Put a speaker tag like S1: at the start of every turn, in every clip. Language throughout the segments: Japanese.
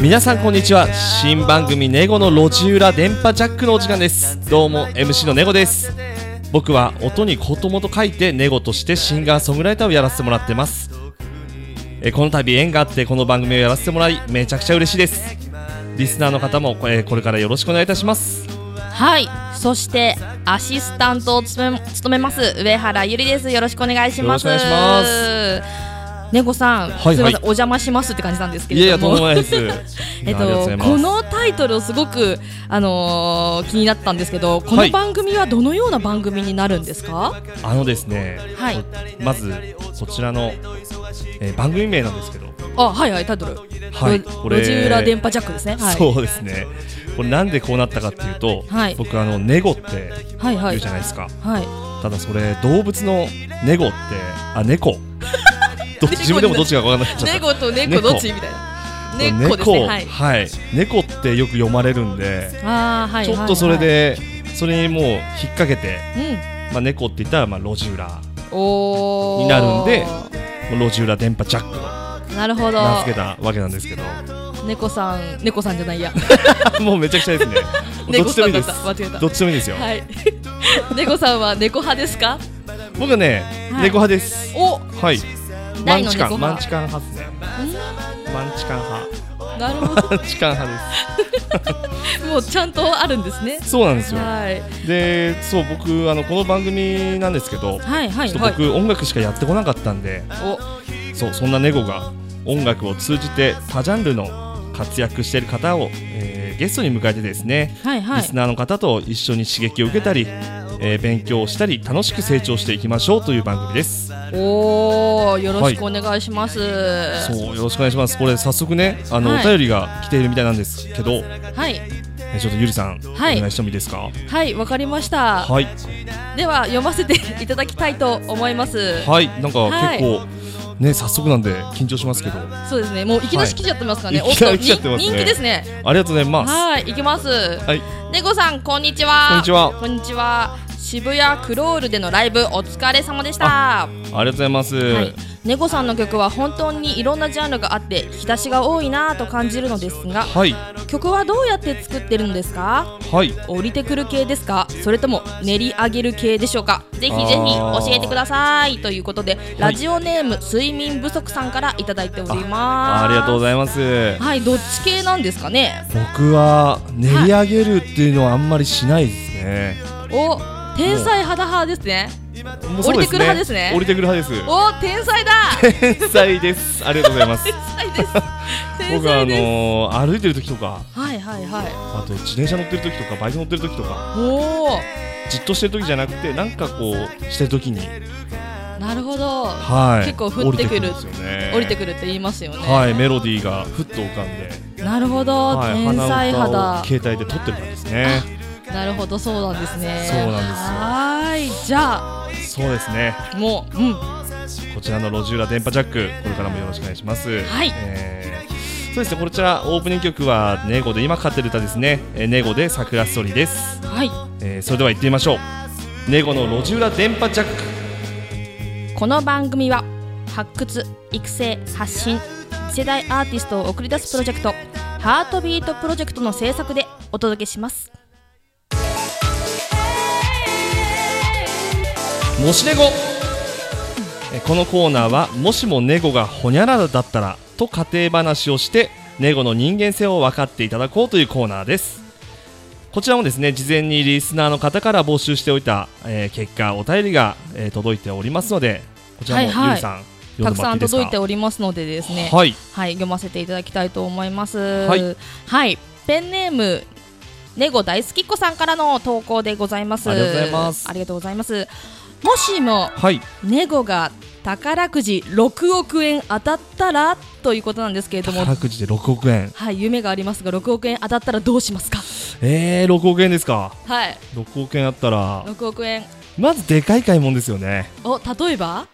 S1: 皆さんこんにちは新番組ネゴの路地裏電波ジャックのお時間ですどうも MC のネゴです僕は音に子供と書いてネゴとしてシンガーソングライターをやらせてもらってますえーこの度縁があってこの番組をやらせてもらいめちゃくちゃ嬉しいですリスナーの方も、えーこれからよろしくお願いいたします
S2: はいそしてアシスタントを務め務めます上原ゆりですよろしくお願いします
S1: よろしくお願いし
S2: ねこさん、
S1: はい
S2: す
S1: は
S2: みま
S1: い
S2: せんお邪魔しますって感じなんですけ
S1: いやい
S2: れ
S1: やと
S2: ど
S1: ん
S2: も
S1: でもないです
S2: え
S1: い
S2: っ
S1: やありがうご
S2: と
S1: ざいます
S2: このタイトルすごくあのー気になったんですけどこ
S1: は
S2: の
S1: い
S2: 番組はどのような番組になるんですか
S1: あのですね、
S2: はい
S1: こまずこちらの、えー番組名なんですけど、
S2: あはいはいタイトル
S1: はい、
S2: 路
S1: これ
S2: 路地裏電波ジャックですねはい
S1: そうですね。これなんでこうなったかっていうと、
S2: はい
S1: 僕あのネゴって
S2: はいは
S1: 言う
S2: い
S1: じゃないですか。
S2: はい
S1: ただそれ動物のネゴってあ 猫。ど自分でもどっちかわからなくなっちゃった。
S2: 猫と猫どっちみたいな猫ですね
S1: 猫
S2: はい
S1: はい猫ってよく読まれるんで、
S2: あーはい
S1: ちょっとそれでそれにもう引っ掛けて、
S2: はいはい
S1: まあ猫って言ったらまあ路地裏、
S2: うんおー
S1: になるんで路地裏電波ジャックと
S2: なるほど
S1: 名付けたわけなんですけど、
S2: 猫さん猫さんじゃないや
S1: もうめちゃくちゃですね。どっ
S2: 猫
S1: ちで
S2: さ
S1: もいい
S2: んだ
S1: で
S2: っ
S1: す
S2: た。間違えた
S1: どっちでもいいですよ。
S2: はい猫さんは猫派ですか
S1: 僕はね、
S2: はい
S1: 猫派です。
S2: お
S1: はい。マ
S2: 大
S1: ン
S2: の
S1: チ
S2: 猫
S1: カン、マン
S2: 派
S1: チカン派ですね。マンチカン派。
S2: うんなるほ
S1: マンチカン派で
S2: どもうちゃんとあるんですね
S1: す。そうなんですよ。
S2: はい
S1: で、そう、僕、あの、この番組なんですけど、
S2: はいはい
S1: ちょっと
S2: はい
S1: 僕、音楽しかやってこなかったんで、
S2: お
S1: そう、そんなネゴが音楽を通じて多ジャンルの活躍している方を、えーゲストに迎えてですね、
S2: はいは
S1: リス
S2: い
S1: ナーの方と一緒に刺激を受けたり、えー勉強をしたり楽しく成長していきましょうという番組です。
S2: おーよろしくお願いします
S1: そうよろしくお願いします。これ早速ねあの、
S2: はい
S1: お便りが来ているみたいなんですけど、
S2: はい
S1: えちょっとゆりさん、
S2: はい
S1: お願いしてもいいですか。
S2: はいわかりました
S1: はい
S2: では読ませていただきたいと思います
S1: はいなんか結構、
S2: はい
S1: ね早速なんで緊張しますけどあ
S2: そうですねもういきなり来ちゃってますからね
S1: はい
S2: おっと
S1: いきなり来ちゃってますね
S2: 人人気ですね
S1: りがとうございます。
S2: はい、行きます。
S1: い
S2: ネゴさん、こんにちは。
S1: こんにちは
S2: こんにちは。渋谷クロールでのライブ、お疲れ様でした。
S1: ありがとうございます。
S2: はい、ネゴさんの曲は本当にいろんなジャンルがあって、引き出しが多いなぁと感じるのですが。
S1: はい
S2: 曲はどうやって作ってるのですか。
S1: はい
S2: 降りてくる系ですか、それとも練り上げる系でしょうか。ぜひぜひ
S1: あ
S2: 教
S1: ー
S2: えてくださいということで、ラジオネーム睡眠不足さんからいただいております。
S1: ありがとうご
S2: い
S1: ざいます。
S2: ます。はい、どっち系なんですかね。
S1: 僕は練り上げるっていうのはあんまりしないですね。
S2: お天才肌派ですね
S1: もうそう
S2: 降りてくる派ですね
S1: 降りてくる派です。
S2: お天 才だ
S1: 天才です。ありがとうござい ます。
S2: 天才です天
S1: 僕はあ
S2: 才です、
S1: のー歩いてる時とか、
S2: はいはいはい
S1: あと自転車乗ってる時とか、バイク乗ってる時とか、
S2: お
S1: じっとしてる時じゃなくて、なんかこうしてる時に、
S2: おなるほど
S1: はい、
S2: 結構降ってく
S1: 降りてくるん
S2: る
S1: ですよね。
S2: 降りてくるって言いますよね、
S1: はい、メロディーがふっと浮かんで、
S2: なるほど、
S1: はい、
S2: 天才
S1: 鼻歌
S2: 肌
S1: を携帯で撮ってる感じですね。
S2: なるほどそうなんですね
S1: そうなんですよ
S2: はーいじゃあ
S1: そうですね。
S2: もううん
S1: こちらの路地裏電波ジャック、これからもよろしくお願いします。
S2: はい
S1: えーそうですね、こちらオープニング曲はネゴで今かかってる歌ですね。えーネゴで桜ストーリーです。
S2: はい
S1: えーそれでは行ってみましょう。ネゴの路地裏電波ジャック。
S2: この番組は発掘育成発信次世代アーティストを送り出すプロジェクト「ハートビートプロジェクト」の制作でお届けします
S1: もしネゴえこのコーナーはもしもネゴがホニャララだったらと仮定話をしてネゴの人間性を分かっていただこうというコーナーですこちらもですね事前にリスナーの方から募集しておいた、えー結果お便りが、えー届いておりますのでこちらもゆ
S2: は
S1: り
S2: いはい
S1: さん
S2: た
S1: 読ん
S2: く
S1: でもら
S2: さ
S1: ってい
S2: ん
S1: いですか
S2: 届いておりますのでですねはい、
S1: はい
S2: 読ませていただきたいと思います
S1: い
S2: はいペンネームネゴ大好きっ子さんからの投稿でございます
S1: ありがとうございます
S2: ありがとうございますもしも
S1: はい
S2: ネゴが宝くじ6億円当たったらということなんですけれども
S1: 宝くじで6億円
S2: はい、夢がありますが、6億円当たったらどうしますか。
S1: えー、6億円ですか
S2: はい、
S1: 6億円あったら
S2: 6億円。
S1: まずでかい買い物ですよね、
S2: お、例えば、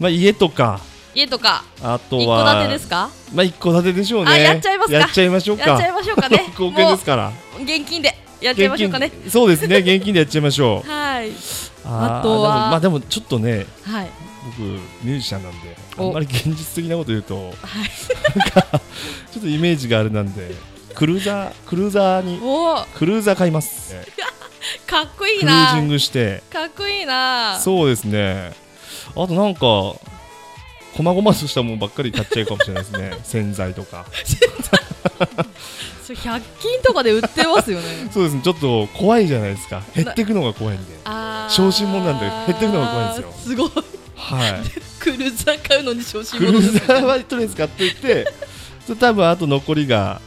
S1: まあ、家とか
S2: 家とか、
S1: あと
S2: 一
S1: は
S2: 戸建てですか。
S1: まあ一戸建てでしょうね。
S2: あやっちゃいますか
S1: やっちゃいましょうか。。
S2: やっちゃいましょうかね
S1: 5億円 ですから。
S2: もう現金で、やっちゃいましょうかね。
S1: 現金そうですね。現金でやっちゃいましょう。
S2: はい、
S1: ー
S2: あとは
S1: でもまあでもちょっとね、
S2: はい、
S1: 僕ミュージシャンなんであ
S2: お
S1: んまり現実的なこと言うとなんかちょっとイメージがあれなんでクルーザークルーザーに
S2: おー
S1: クルーザー買います
S2: かっこいい
S1: クルージン
S2: な
S1: グして
S2: かっこいいな
S1: そうですねあとなんか細々としたものばっかり買っちゃうかもしれないですね洗剤とか
S2: それ100均とかで売ってますよ ね
S1: そうですねちょっと怖いじゃないですか減っていくのが怖いんで
S2: あー
S1: 小心者なんだけど減ってくのが怖いんです
S2: すごい
S1: はい
S2: クルーザー買うのに小 心
S1: クル
S2: 者
S1: ーザーはとりあえず買っていってそれ多分あと残りが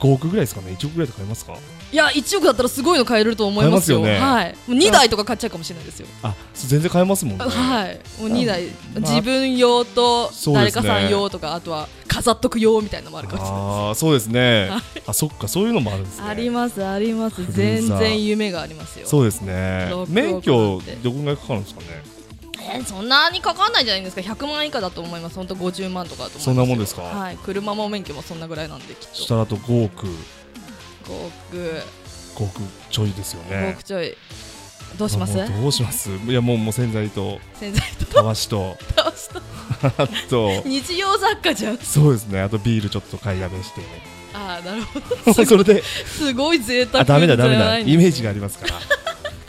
S1: 5億ぐらいですかね1億ぐらいで買いますか
S2: いや1億だったらすごいの買えると思いますよ
S1: 買えま
S2: はい、もう2台とか買っちゃうかもしれないですよ
S1: あそう全然買えますもんね
S2: はいもう2台、
S1: あ
S2: 自分用と
S1: そう
S2: 誰
S1: です
S2: か
S1: ね
S2: さん用とか、あとは飾っとく用みたいなのもあるかもしれない
S1: ああそうですね
S2: は
S1: あそっかそういうのもあるんですね
S2: ありますあります
S1: クルー
S2: 全
S1: ザー
S2: 然夢がありますよ
S1: そうですね
S2: 六億
S1: 免許
S2: だって
S1: どこぐらいかかるんですかね
S2: えーそんなにかかんないじゃないですか100万以下だと思います本当50万とかだと思います
S1: そんなもんですか
S2: はい車も免許もそんなぐらいなんできっ
S1: そし
S2: と
S1: たらあと5億
S2: 5億
S1: 5億ちょいですよ
S2: 5
S1: ね
S2: 億ちょいどうします
S1: あもうどうしますいやもうもう洗剤と
S2: 洗剤と
S1: たわしと
S2: 倒した
S1: あと
S2: 日用雑貨じゃん
S1: そうですねあとビールちょっと買いだめして
S2: ああなるほどす
S1: それ
S2: ごい
S1: で
S2: すごい贅沢
S1: あダメだダメだ
S2: イ
S1: イ
S2: メ
S1: メージがありますから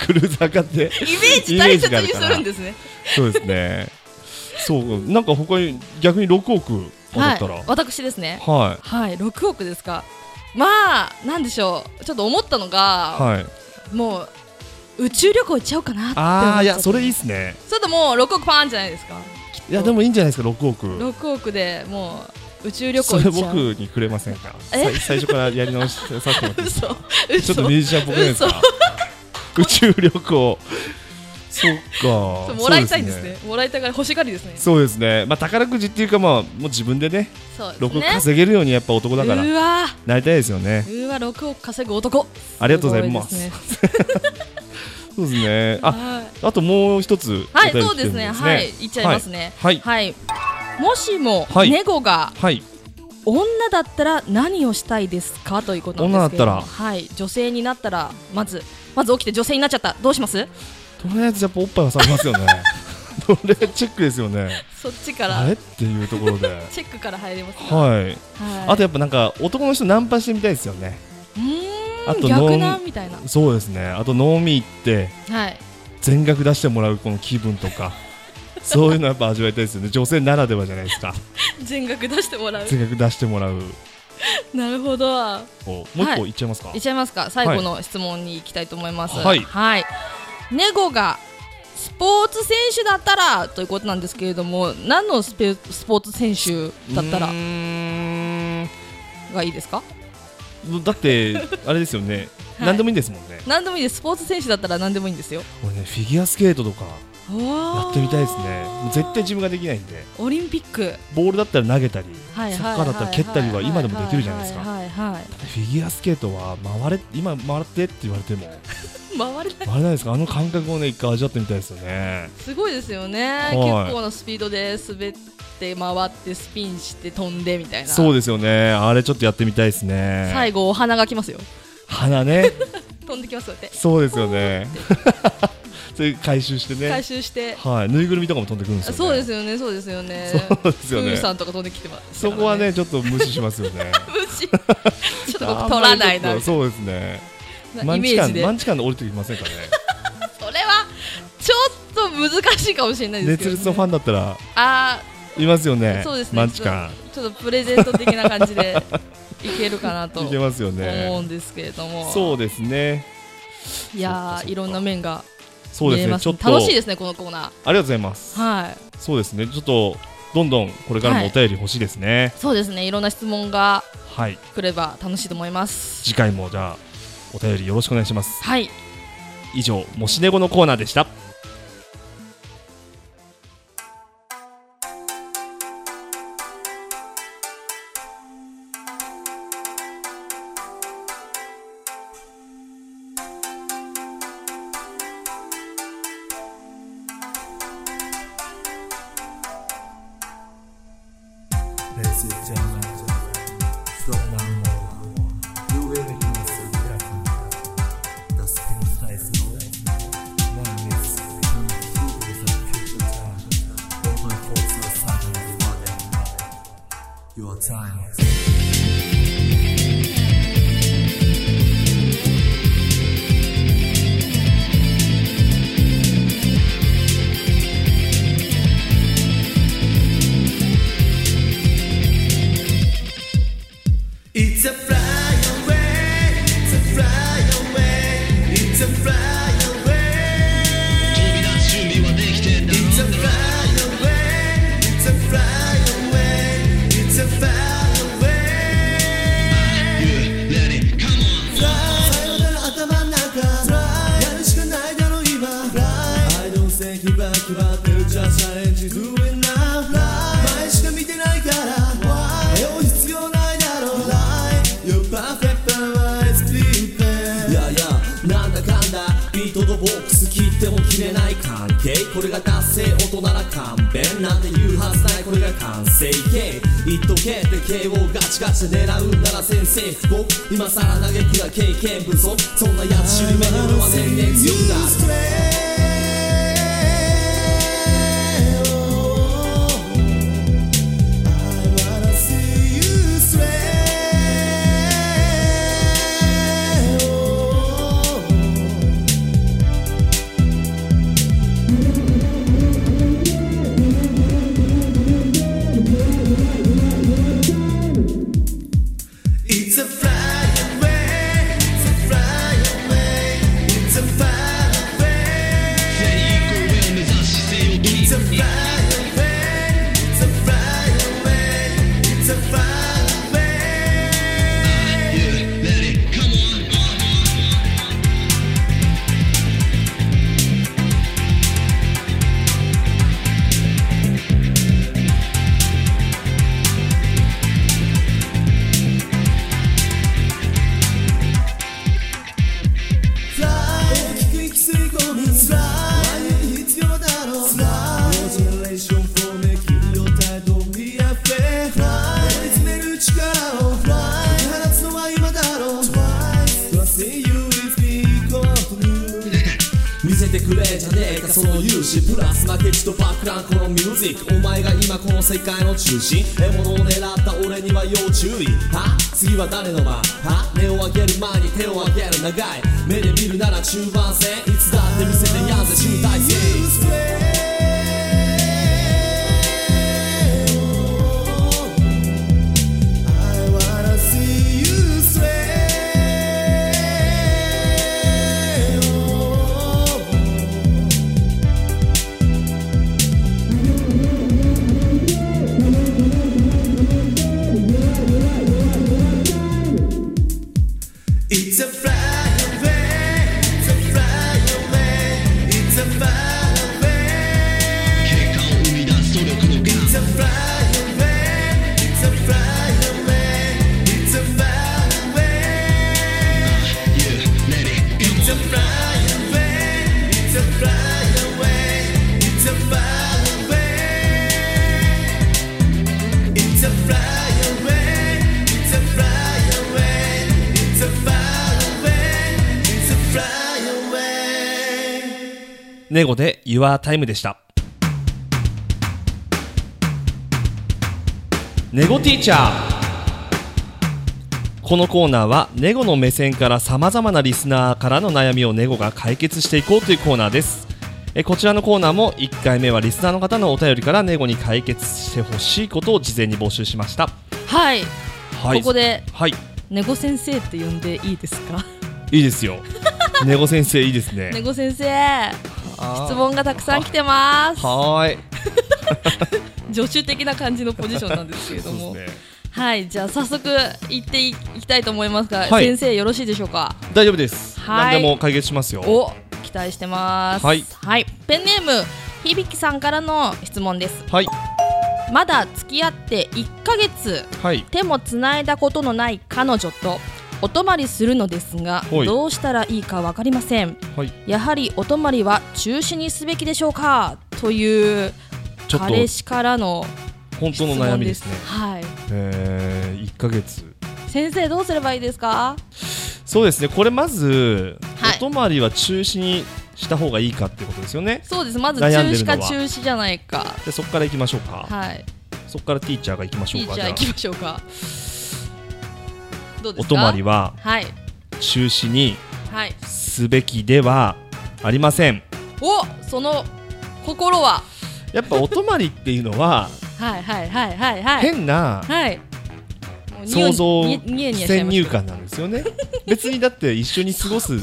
S1: クルーザー買って
S2: ージ大切にするんですね
S1: そうですねそうなんか他に逆に6億あったら
S2: はい私ですね
S1: は
S2: はい6億ですかまあなんでしょうちょっと思ったの
S1: い
S2: が、
S1: はい
S2: もう宇宙旅行行っちゃおうかなって思っちゃっ
S1: あ
S2: た
S1: あいやそれいいっすね
S2: それともう6億パーンじゃないですか
S1: いやでもいいんじゃないですか6億
S2: 6億でもう宇宙旅行
S1: それ
S2: 行っちゃ
S1: 僕
S2: う
S1: にくれませんか
S2: え
S1: さい最初からやり直しさせてもらっていいです
S2: 嘘
S1: かちょ
S2: 嘘
S1: っとミュージシャンっぽくないですか宇宙旅行そっ
S2: そ
S1: か
S2: うもらいたいんですねもらいたがり欲しがりですね
S1: そうですねそうですねまあ宝くじっていうかまあもう自分でね
S2: そうです
S1: 6億
S2: ね
S1: 稼げるようにやっぱ男だから
S2: うわ
S1: なりたいですよね
S2: ーうわ6億稼ぐ男
S1: ありがとうございます
S2: ごでね
S1: そうですねあ
S2: はい
S1: あともう一つ
S2: はい、
S1: お便り
S2: そう
S1: 来て
S2: で
S1: る
S2: す
S1: ん
S2: ね。はい、言っちゃいますね。
S1: はい
S2: はい。もしも、
S1: はい
S2: ネゴが
S1: はい
S2: 女だったら何をしたいですかということなんですけど
S1: 女だった
S2: はい、女性になったらまずまず起きて女性になっちゃったどうします
S1: とりあえずやっぱおっぱいは触りますよね それチェックですよね
S2: そっちか
S1: あ
S2: ら
S1: れっていうところで
S2: チェックから入れますね
S1: はい
S2: はい
S1: あとやっぱなんか男の人ナンパしてみたいですよね
S2: うーん
S1: あとノ
S2: 逆
S1: ー
S2: なみたいな
S1: そうですねあと飲み行って
S2: はい
S1: 全額出してもらうこの気分と かそういうのやっぱ味わいたいですよね女性ならではじゃないですか
S2: 全額出してもらう
S1: 全額出してもらう
S2: なるほどい
S1: おもう一
S2: はい
S1: 個いっちゃいますか、
S2: っちゃいますか最後の質問に行きたいと思います
S1: はい
S2: はい、ネゴがスポーツ選手だったらということなんですけれども何のスペスポーツ選手だった
S1: う
S2: ら
S1: ーん
S2: がいいですか
S1: だってあれですよね、
S2: はい
S1: 何でもいいんですもんね
S2: 何でもいいですスポーツ選手だったら何でもいいんですよ
S1: 俺ねフィギュアスケートとかや
S2: や
S1: ってみたいですね絶対自分ができないんで
S2: オリンピック、
S1: ボールだったら投げたり、
S2: はいはいはいはい、
S1: サッカーだったら蹴ったりは今でもできるじゃないですか、
S2: はいはいはい
S1: フィギュアスケートは回れ今回ってって言われても
S2: 回れない
S1: 回れないですかあの感覚をね一回味わってみたいですよね
S2: すごいですよね、
S1: い
S2: 結構なスピードで滑って回ってスピンして飛んでみたいな
S1: そうですよねあれちょっとやってみたいですね
S2: 最後お花が来ますよ
S1: 花ね
S2: 飛んできますよって
S1: そうですよね それ回収して
S2: 回
S1: ね
S2: 収して
S1: はいぬいぐるみとかも飛んでくるんですよね
S2: そうですよねそうですよね
S1: そうですよね
S2: プーさんとか飛んできてます
S1: そこはねちょっと無視しますよね
S2: 無視ちょっと僕取らないな
S1: あんまりちょっ
S2: みた
S1: とそうですね
S2: いな
S1: マ
S2: イ
S1: ン
S2: メ
S1: チ
S2: ー
S1: カ
S2: ジ
S1: ン
S2: で
S1: マンチカンで降りてきませんかね
S2: それはちょっと難しいかもしれないです
S1: 熱
S2: けど、ね、
S1: 烈のファンだったら
S2: あ
S1: いますよね
S2: ーそうですね
S1: マンチカン
S2: ちょっとプレゼント的な感 じでいけるかなと
S1: いけますよ
S2: 思う
S1: ね。
S2: んですけれども、
S1: そうですね。
S2: い
S1: そっかそっ
S2: やー
S1: か
S2: いろんな面が
S1: そう
S2: 見
S1: で
S2: え
S1: すね。
S2: ます
S1: ちょっと
S2: 楽しいですねこのコーナ
S1: ありがとうございます。
S2: ーはい
S1: そうですね。ちょっとどんどんこれからもお便り欲しいですね。
S2: そうですねいろんな質問が
S1: はい。
S2: 来れば楽しいと思います
S1: 次回もじゃあお便りよろしくお願いします。
S2: はい
S1: 以上もしねごのコーナーでした。
S3: Das Fenster ist auf. Man ist ein Fuß, das Küchentage. Und your time.
S4: これが達成音なら勘弁なんて言うはずないこれが完成形言っとけって KO ガチガチで狙うなら先生僕今さら嘆くが経験不足そんなやつ知り目に俺は年々強くなる世界の中心獲物を狙った俺には要注意は次は誰の番は根を上げる前に手を上げる長い目で見るなら中盤戦いつだって見せてやんぜ集大成
S1: ネゴで Your Time でした。ネゴティーチャーこのコーナーはネゴの目線からさまざまなリスナーからの悩みをネゴが解決していこうというコーナーですえこちらのコーナーも1回目はリスナーの方のお便りからネゴに解決してほしいことを事前に募集しました
S2: はい、はい、ここで、
S1: はい、
S2: ネゴ先生って呼んでいいですか
S1: いいですよネゴ先生いいですね
S2: ネゴ先生質問がたくさん来てます
S1: はい
S2: 助手的な感じのポジションなんですけれども、ね、はいじゃあ早速行っていきたいと思いますが、はい、先生よろしいでしょうか
S1: 大丈夫です、はい、何でも解決しますよ
S2: お期待してます、
S1: はい、
S2: はい、ペンネーム響さんからの質問です
S1: はい
S2: まだ付き合って1ヶ月、手もつないだことのない彼女とお泊りするのですがどうしたらいいか分かりません、
S1: はい、
S2: やはりお泊りは中止にすべきでしょうかという彼氏からの
S1: 本当の悩みですね
S2: はい、
S1: えー、1ヶ月
S2: 先生どうすればいいですか
S1: そうですねこれまず、はい、お泊りは中止にした方がいいかってことですよね
S2: そうですまず中止か中止じゃないか
S1: でそこからいきましょうか
S2: はい
S1: そこからティーチャーが行きましょうか
S2: じゃあ
S1: じ
S2: 行
S1: ゃ
S2: きましょうかど
S1: あ
S2: うで
S1: お
S2: す
S1: 泊
S2: か
S1: まりは
S2: はい
S1: 中止に
S2: はい
S1: すべきではありません
S2: おその心は
S1: やっぱお泊まりっていうのは
S2: はいはいはいはいはい
S1: 変な
S2: はいもうニヤ
S1: 想像
S2: ニヤニヤニヤしちゃい
S1: 先
S2: まし
S1: 入
S2: た
S1: 観なんですよ ね別にだって一緒に過ごす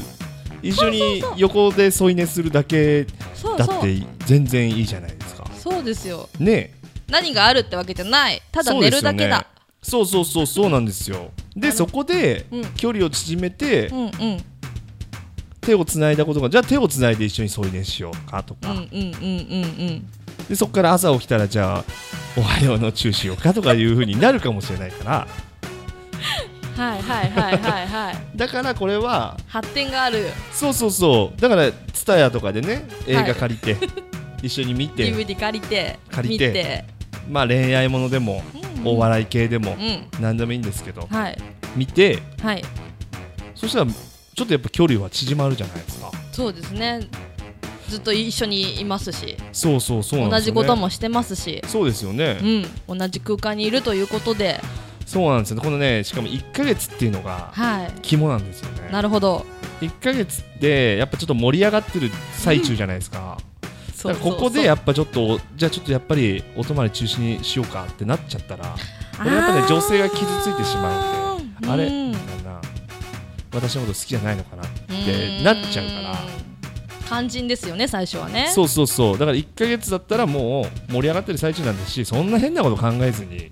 S1: 一緒に横で添い寝するだけ
S2: そう
S1: だ
S2: そ
S1: っ
S2: う
S1: て全然いいじゃないですか
S2: そうですよ
S1: ねえ
S2: 何があるってわけじゃないただ
S1: そう
S2: 寝
S1: です
S2: るだけ
S1: よね
S2: だ
S1: そうそうそうそうなんですよ
S2: あ
S1: で
S2: の
S1: そこで
S2: うん
S1: 距離を縮めて
S2: うんうんうん
S1: 手をつないだことがじゃあ手をつないで一緒に添い寝しようかと
S2: うんう
S1: か
S2: んうん
S1: でそこから朝起きたらじゃあおはようのチューしようかとかいうふうになるかもしれないから
S2: うんはいはいはいはいはい
S1: だからこれは
S2: 発展がある
S1: そうそうそうだから TSUTAYA とかでね映画借りて、 一緒に見て
S2: DVD 借りて
S1: 借りて
S2: 見て
S1: まあ恋愛ものでも、
S2: うん
S1: お笑い系でも、
S2: うん
S1: 何でもいいんですけど
S2: はい
S1: 見て
S2: はい
S1: そしたらちょっとやっぱ距離は縮まるじゃないですか
S2: そうですねずっと一緒にいますし
S1: そうそうそうなん
S2: 同
S1: です
S2: じ
S1: よね
S2: こともしてますし
S1: そうですよね、
S2: うん同じ空間にいるということで
S1: そうなんですよこのねしかも1ヶ月っていうのが
S2: はい
S1: 肝なんですよ
S2: な
S1: ね
S2: るほど
S1: 1ヶ月ってやっぱちょっと盛り上がってる最中じゃないですか、
S2: そう
S1: だからここでやっぱちょっとじゃあちょっとやっぱりお泊まり中止にしようかってなっちゃったらこれやっぱね女性が傷ついてしまうんであれ
S2: うん
S1: みたいな私のこと好きじゃないのかなっ
S2: うん
S1: てなっちゃうから
S2: 肝心ですよね最初はね
S1: そうそうそうだから1ヶ月だったらもう盛り上がってる最中なんですしそんな変なこと考えずに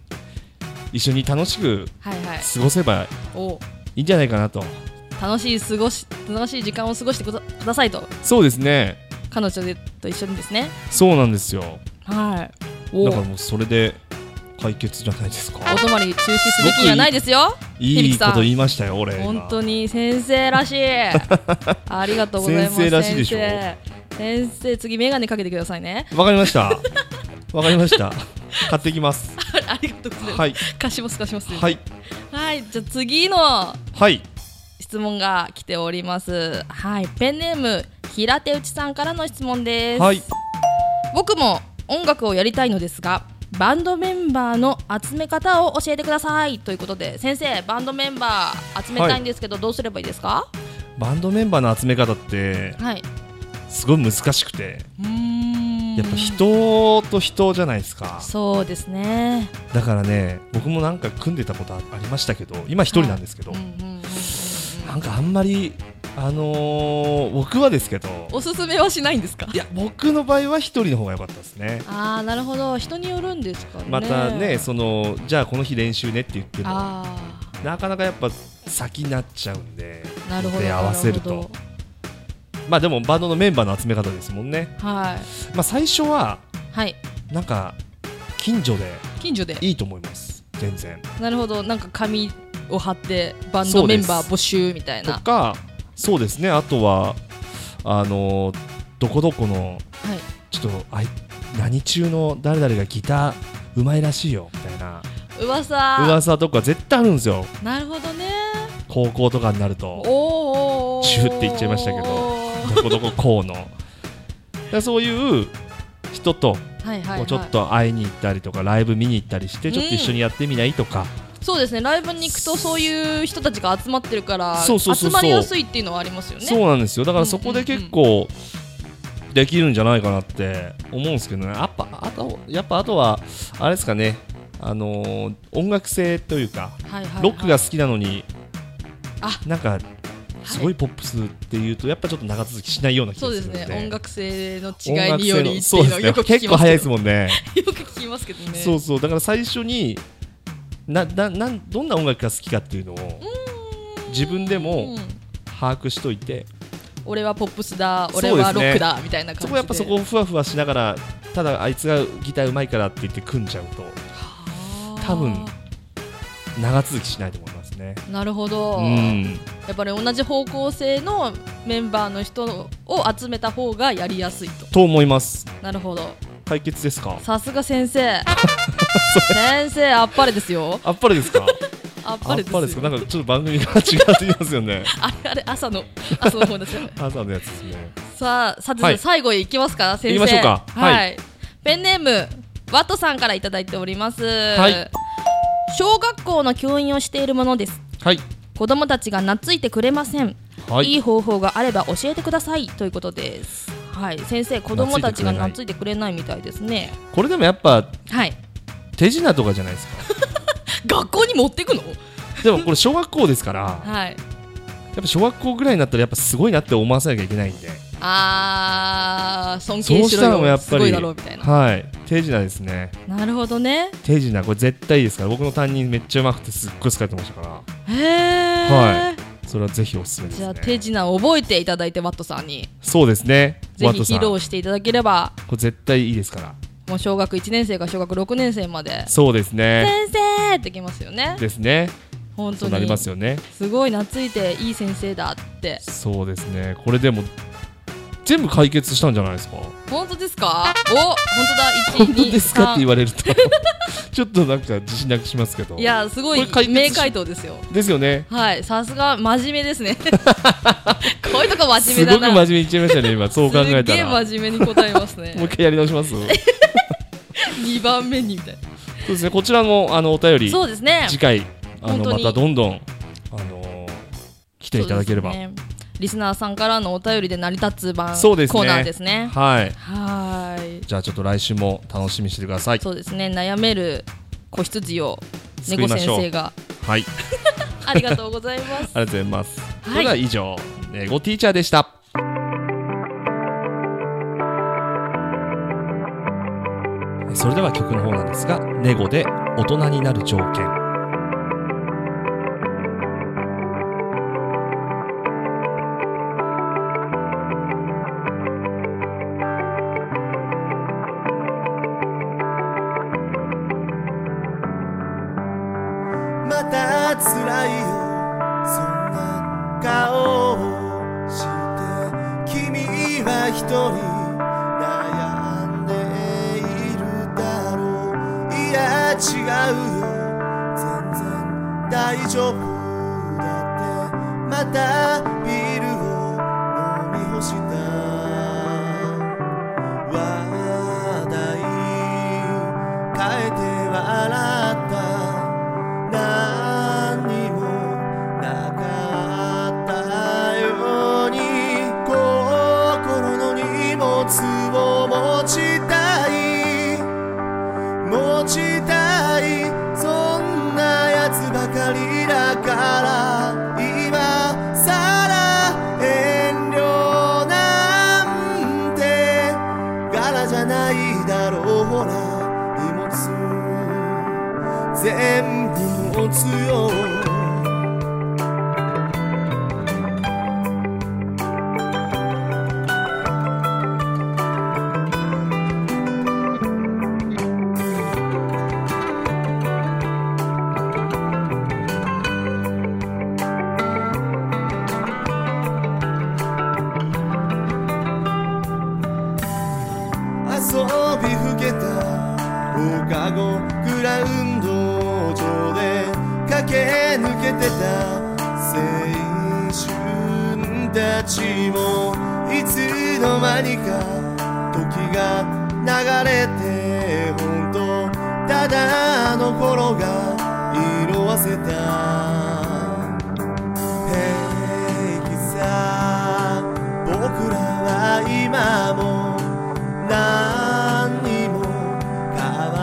S1: 一緒に楽しく
S2: はいはい
S1: 過ごせば
S2: お
S1: いいんじゃないかなと
S2: 楽しい過ごし楽しい時間を過ごしてくだくださいと
S1: そうですね
S2: 彼女でと一緒にですね
S1: そうなんですよ
S2: はいお
S1: だから
S2: お
S1: もうそれで解決じゃないですか
S2: 泊まり中止すべきにはないですよ
S1: いいこ
S2: 響さ
S1: と
S2: ん
S1: 言いましたよ俺今
S2: 本当に先生ら しいありがとうございます
S1: 先生らしいでしょ
S2: 先生先生次眼鏡かけてくださいね
S1: わかりました。わかりました。買ってき ます。
S2: ありがとうございます、
S1: はい。
S2: 貸します貸します
S1: はい。
S2: はい、じゃあ次の
S1: はい。
S2: 質問が来ておりますはいペンネーム平手内さんからの質問です、
S1: はい。
S2: 僕も音楽をやりたいのですがバンドメンバーの集め方を教えてくださいということで先生バンドメンバー集めたいんですけど、どうすればいいですか
S1: バンドメンバーの集め方って、
S2: はい
S1: すごい難しくて、
S2: うーん
S1: やっぱ人と人じゃないですか。
S2: そうですね
S1: だからね、僕もなんか組んでたことありましたけど、今一人なんですけど、
S2: うんうんうんうん
S1: なんかあんまり、あのー、僕はですけど、
S2: おすすめはしないんですか
S1: いや、僕の場合は一人の方が良かったですね。
S2: ああなるほど人によるんですかね
S1: またね、その、じゃあこの日練習ねって言っても、
S2: あ
S1: なかなかやっぱ先になっちゃうんで
S2: あなるほど
S1: で合わせる
S2: なほ
S1: と
S2: ど
S1: まあでもバンドのメンバーの集め方ですもんね
S2: はい
S1: まあ最初は
S2: はい
S1: なんか近所で
S2: 近所で
S1: いいと思います全然
S2: なるほどなんか紙を貼ってバン
S1: そ
S2: ド
S1: う
S2: メ
S1: です
S2: ンバー募集みたい
S1: と
S2: なは
S1: かそうですねあとはあのどこどこの
S2: い
S1: ちょっとあい何中の誰々がギターうまいらしいよみたいな
S2: 噂
S1: 噂とか絶対あるんですよ
S2: なるほどね
S1: 高校とかになる
S2: お
S1: と
S2: ーおーおー
S1: チューって言っちゃいましたけどどこどここうのだからそういう人と
S2: はいはい、
S1: こ
S2: は
S1: う
S2: い、
S1: ちょっと会いに行ったりとかライブ見に行ったりしてちょっと一緒にやってみないとか、
S2: そうですねライブに行くとそういう人たちが集まってるから
S1: そうそうそうそう
S2: 集まりやすいっていうのはありますよね
S1: そうなんですよだからそこで結構できるんじゃないかなって思うんですけどねやっぱあとやっぱあとはあれですかねあのー音楽性というか
S2: はいはいはい、
S1: ロックが好きなのに
S2: あ
S1: なんかすごいポップスっていうとやっぱちょっと長続きしないような気
S2: そ
S1: が
S2: う
S1: す
S2: で
S1: る
S2: す
S1: ので
S2: ね音楽性の
S1: 音
S2: 違い
S1: 楽
S2: に
S1: 性の
S2: よりって
S1: そ
S2: いううの
S1: で
S2: は
S1: す
S2: よ
S1: ね
S2: く聞
S1: 結
S2: き
S1: 構
S2: ます
S1: 早い
S2: け
S1: ですもんね
S2: どよく聞きますけどね
S1: そうそうだから最初になななんどんな音楽が好きかっていうのを自分で
S2: う
S1: も
S2: ん
S1: 把握しといて
S2: 俺はポップスだ
S1: そうです
S2: 俺
S1: ね
S2: はロックだ、みたいな感じで
S1: そこやっぱそこをふわふわしながらただあいつがギターうまいからって言って組んじゃうと
S2: はー
S1: 多分長続きしないと思いますね。
S2: なるほど、
S1: うん、
S2: やっぱり同じ方向性のメンバーの人を集めた方がやりやすいと
S1: と思います。
S2: なるほど
S1: 解決ですか
S2: さすが先 生先生あっぱれですよ
S1: あっぱれですか
S2: あっ
S1: あ
S2: ぱ
S1: っ
S2: れです
S1: ぱ
S2: よ
S1: れですかなんかちょっと番組が違っていますよね。
S2: あれあれ朝の 朝の方ですよ
S1: 朝のやつですね。
S2: さあさて、
S1: はい
S2: 最後へ行きますか先生
S1: 行きましょうか
S2: はい、
S1: は
S2: ペンネームワットさんからいただいております、
S1: い
S2: 小学校の教員をしているものです
S1: はい
S2: 子供たちが懐いてくれません、
S1: はい
S2: い、い方法があれば教えてくださいということですはい先生子供たちが懐いてくれないみたいですね
S1: これでもやっぱ
S2: はい
S1: 手品とかじゃないですか
S2: 学校に持ってくの
S1: でもこれ小学校ですからや
S2: はい
S1: っぱ小学校ぐらいになったらやっぱすごいなって思わせなきゃいけないんで
S2: あー尊
S1: そ
S2: 敬
S1: う
S2: し
S1: し
S2: ろ
S1: たら
S2: よ
S1: もうやっ
S2: す
S1: ぱ
S2: ご
S1: り
S2: いだろうみたいな
S1: はい手品ですね
S2: なるほどね
S1: 手品これ絶対いいですから僕の担任めっちゃうまくてすっごい使ってましたか
S2: へえ、
S1: はらそれはぜひおすすめです
S2: じゃ
S1: ね
S2: あ手品を覚えていただいてワットさんに
S1: そうですね
S2: ぜ
S1: ワ
S2: ひ
S1: トさ
S2: 披
S1: ん
S2: 露していただければ
S1: これ絶対いいですから
S2: もう小学1年生から小学6年生まで
S1: そうですね
S2: 先生ってきますよね
S1: ですね
S2: 本当
S1: そう
S2: に
S1: なりますよね
S2: すごい懐いていい先生だって
S1: そうですねこれでも全部解決したんじゃないですか
S2: 本当ですかお本当だ
S1: 本当ですかって言
S2: わ
S1: われると ちょっとなんか自信なくしますけど
S2: いやすご
S1: こ
S2: い
S1: れ解決し
S2: 名回答ですよ
S1: ですよね
S2: はいさすが真面目です ねこういうとこ真
S1: す
S2: 面目
S1: ごく
S2: だ
S1: 真面
S2: な
S1: 目に言っちゃいましたね 今そう考え
S2: す
S1: た
S2: げえ
S1: らも
S2: 真面目に答えます ね
S1: う一回やり直しますそう
S2: 2番目にみたいな
S1: ですねこちらもあのお便り
S2: そうですね
S1: 次回あ
S2: 本
S1: の
S2: 当
S1: ま
S2: に
S1: たどんどんあの来ていただければ
S2: そうですねリスナーさんからのお便りで成り立つ番
S1: そうですね
S2: コーナーですね
S1: はい
S2: はーい
S1: じゃあちょっと来週も楽しみにしててください
S2: そうですね悩める子羊を
S1: 救
S2: 猫
S1: いま
S2: 先
S1: しょう
S2: 生が
S1: はいあり
S2: ありがとうございま す
S1: がとうございます、
S2: はい
S1: それでは以上ネゴティーチャーでしたそれでは曲の方なんですがネゴで大人になる条件
S3: また辛いよそんな顔をして君は一人悩んでいるだろういや違うよ全然大丈夫だってまたビールを飲み干した話題変えて笑った何にもなかったように心の荷物を持ちたい持ちたいそんなやつばかりだから今さら遠慮なんて柄じゃないだろうほら荷物全部持つよ遊びふけた放課後グラウンド上で駆け抜けてた青春たちもいつの間にか時が流れて本当ただあの頃が色あせた平気さ僕らは今も何にも変わ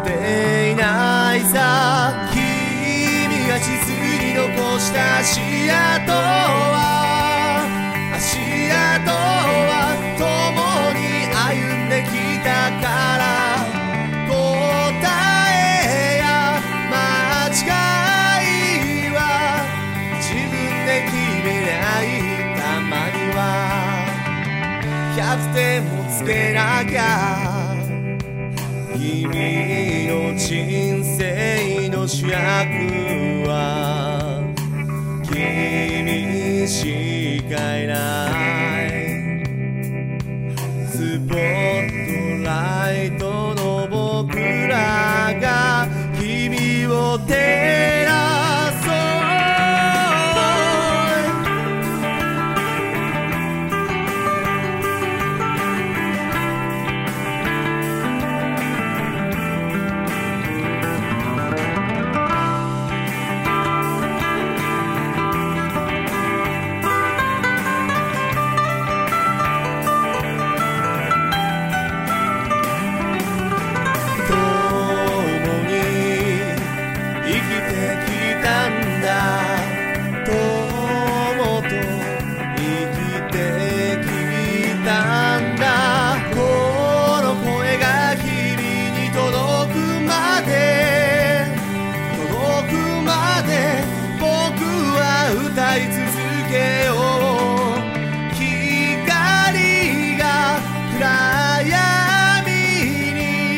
S3: っていないさ君が地図に残した足跡は足跡は共に歩んできたから答えや間違いは自分で決めないたまには100点もつけなきゃ君の人生の主役は君しかいないスポットライトの僕らが君を照らそう「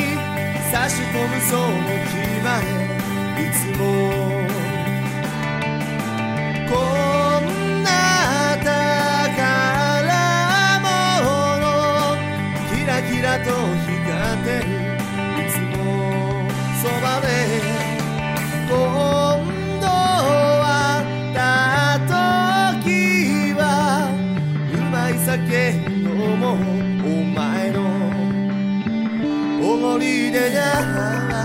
S3: みその日までいつもこんな宝物キラキラと光ってるいつもそばで今度はた時はうまい酒飲もうお前のおごりでな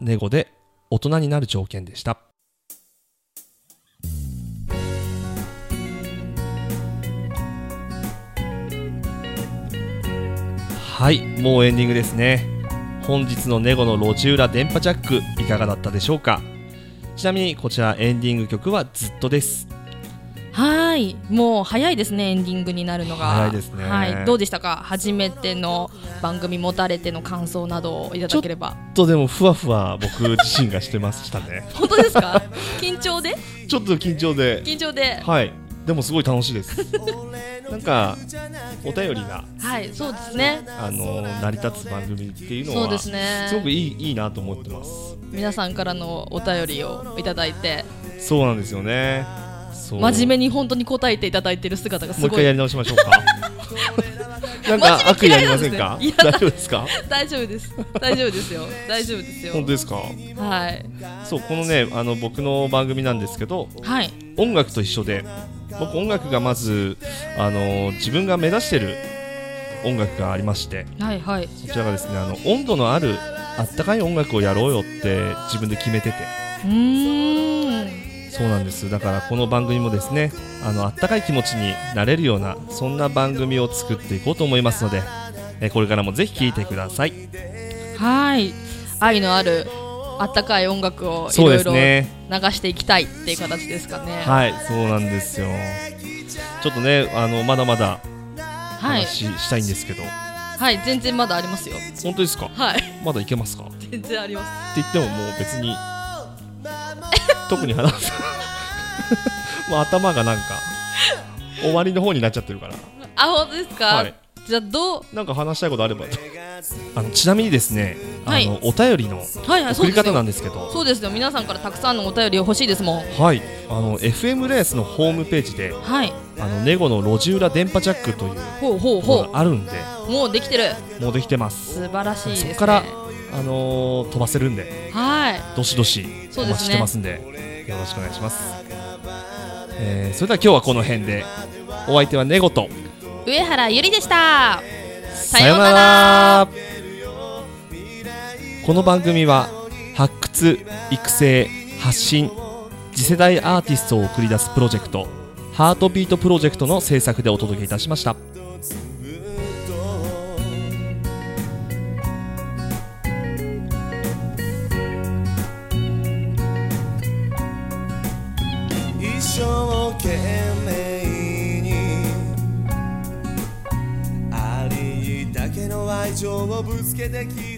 S1: ネゴで大人になる条件でしたはいもうエンディングですね本日のネゴの路地裏電波ジャックいかがだったでしょうかちなみにこちらエンディング曲はずっとです
S2: はーい、もう早いですね、エンディングになるのが。
S1: 早いですね
S2: はい、どうでしたか、初めての番組持たれての感想などをいただければ。
S1: とでもふわふわ僕自身がしてましたね
S2: 本当ですか、 緊張で、
S1: ちょっと緊張で
S2: 緊張 で。
S1: はいでもすごい楽しいですなんかお便りが
S2: はい、そうですね。
S1: あの成り立つ番組っていうのは
S2: そうですね
S1: すごくいいいいなと思ってます
S2: 皆さんからのお便りをいただいて、
S1: そうなんですよねそう
S2: 真面目に本当に答えていただいてる姿
S1: もう
S2: がす
S1: 一
S2: ご
S1: 回
S2: い
S1: やり直しまし ょうかなんか悪意ありませんか
S2: 真面目嫌いなんですね
S1: 大丈夫ですか
S2: 大丈夫です。大丈夫ですよ。大丈夫ですよ
S1: 本。当ですか
S2: はい。
S1: そうこのねあの僕の番組なんですけど
S2: はい。
S1: 音楽と一緒で僕音楽がまずあの自分が目指してる音楽がありまして
S2: はい。はい。
S1: そちらがですねあの温度のあるあったかい音楽をやろうよって自分で決めてて
S2: うーん。
S1: そうなんですだからこの番組もですねあのあったかい気持ちになれるようなそんな番組を作っていこうと思いますのでえこれからもぜひ聴いてください
S2: はい。愛のある、あったかい音楽をい
S1: そう
S2: ろ
S1: で
S2: い
S1: す
S2: ろ
S1: ね
S2: 流していきたいっていう形ですかね。
S1: はいそうなんですよちょっとねあのまだまだ
S2: はい。
S1: 話したいんですけど、
S2: はい。全然まだありますよ。
S1: 本当ですか
S2: はい。
S1: まだいけますかって
S2: 全然あります。
S1: 言ってももう別 に特に話す もう頭がなんか終わりの方になっちゃってるから
S2: あ、本当ですか。
S1: はい
S2: じゃあ、どう。
S1: なんか話したいことあればとあのちなみにですね、
S2: はい
S1: あのお便りの
S2: はいはい。
S1: 送り方なん
S2: で
S1: ですけど
S2: すよ。そうですよ。皆さんからたくさんのお便りを欲しいですもん。
S1: はいあの FM レースのホームページで
S2: はい。
S1: あのネゴの路地裏電波ジャックという
S2: ほうほう
S1: ところ
S2: ほ
S1: があるんで
S2: う。もうできてる。
S1: もうできてます
S2: 素晴らしいです、
S1: そ
S2: ね。
S1: こから、あのー飛ばせるんで
S2: はい。
S1: どしどしお
S2: そうですね
S1: 待ちしてますんでよろしくお願いします、えーそれでは今日はこの辺でお相手はネゴと
S2: 上原ゆりでした。
S1: さ
S2: さ
S1: よ
S2: よ
S1: う
S2: う
S1: な
S2: な
S1: らこの番組は発掘育成発信次世代アーティストを送り出すプロジェクトハートビートプロジェクトの制作でお届けいたしました
S3: 一生懸命にありだけの愛情をぶつけてき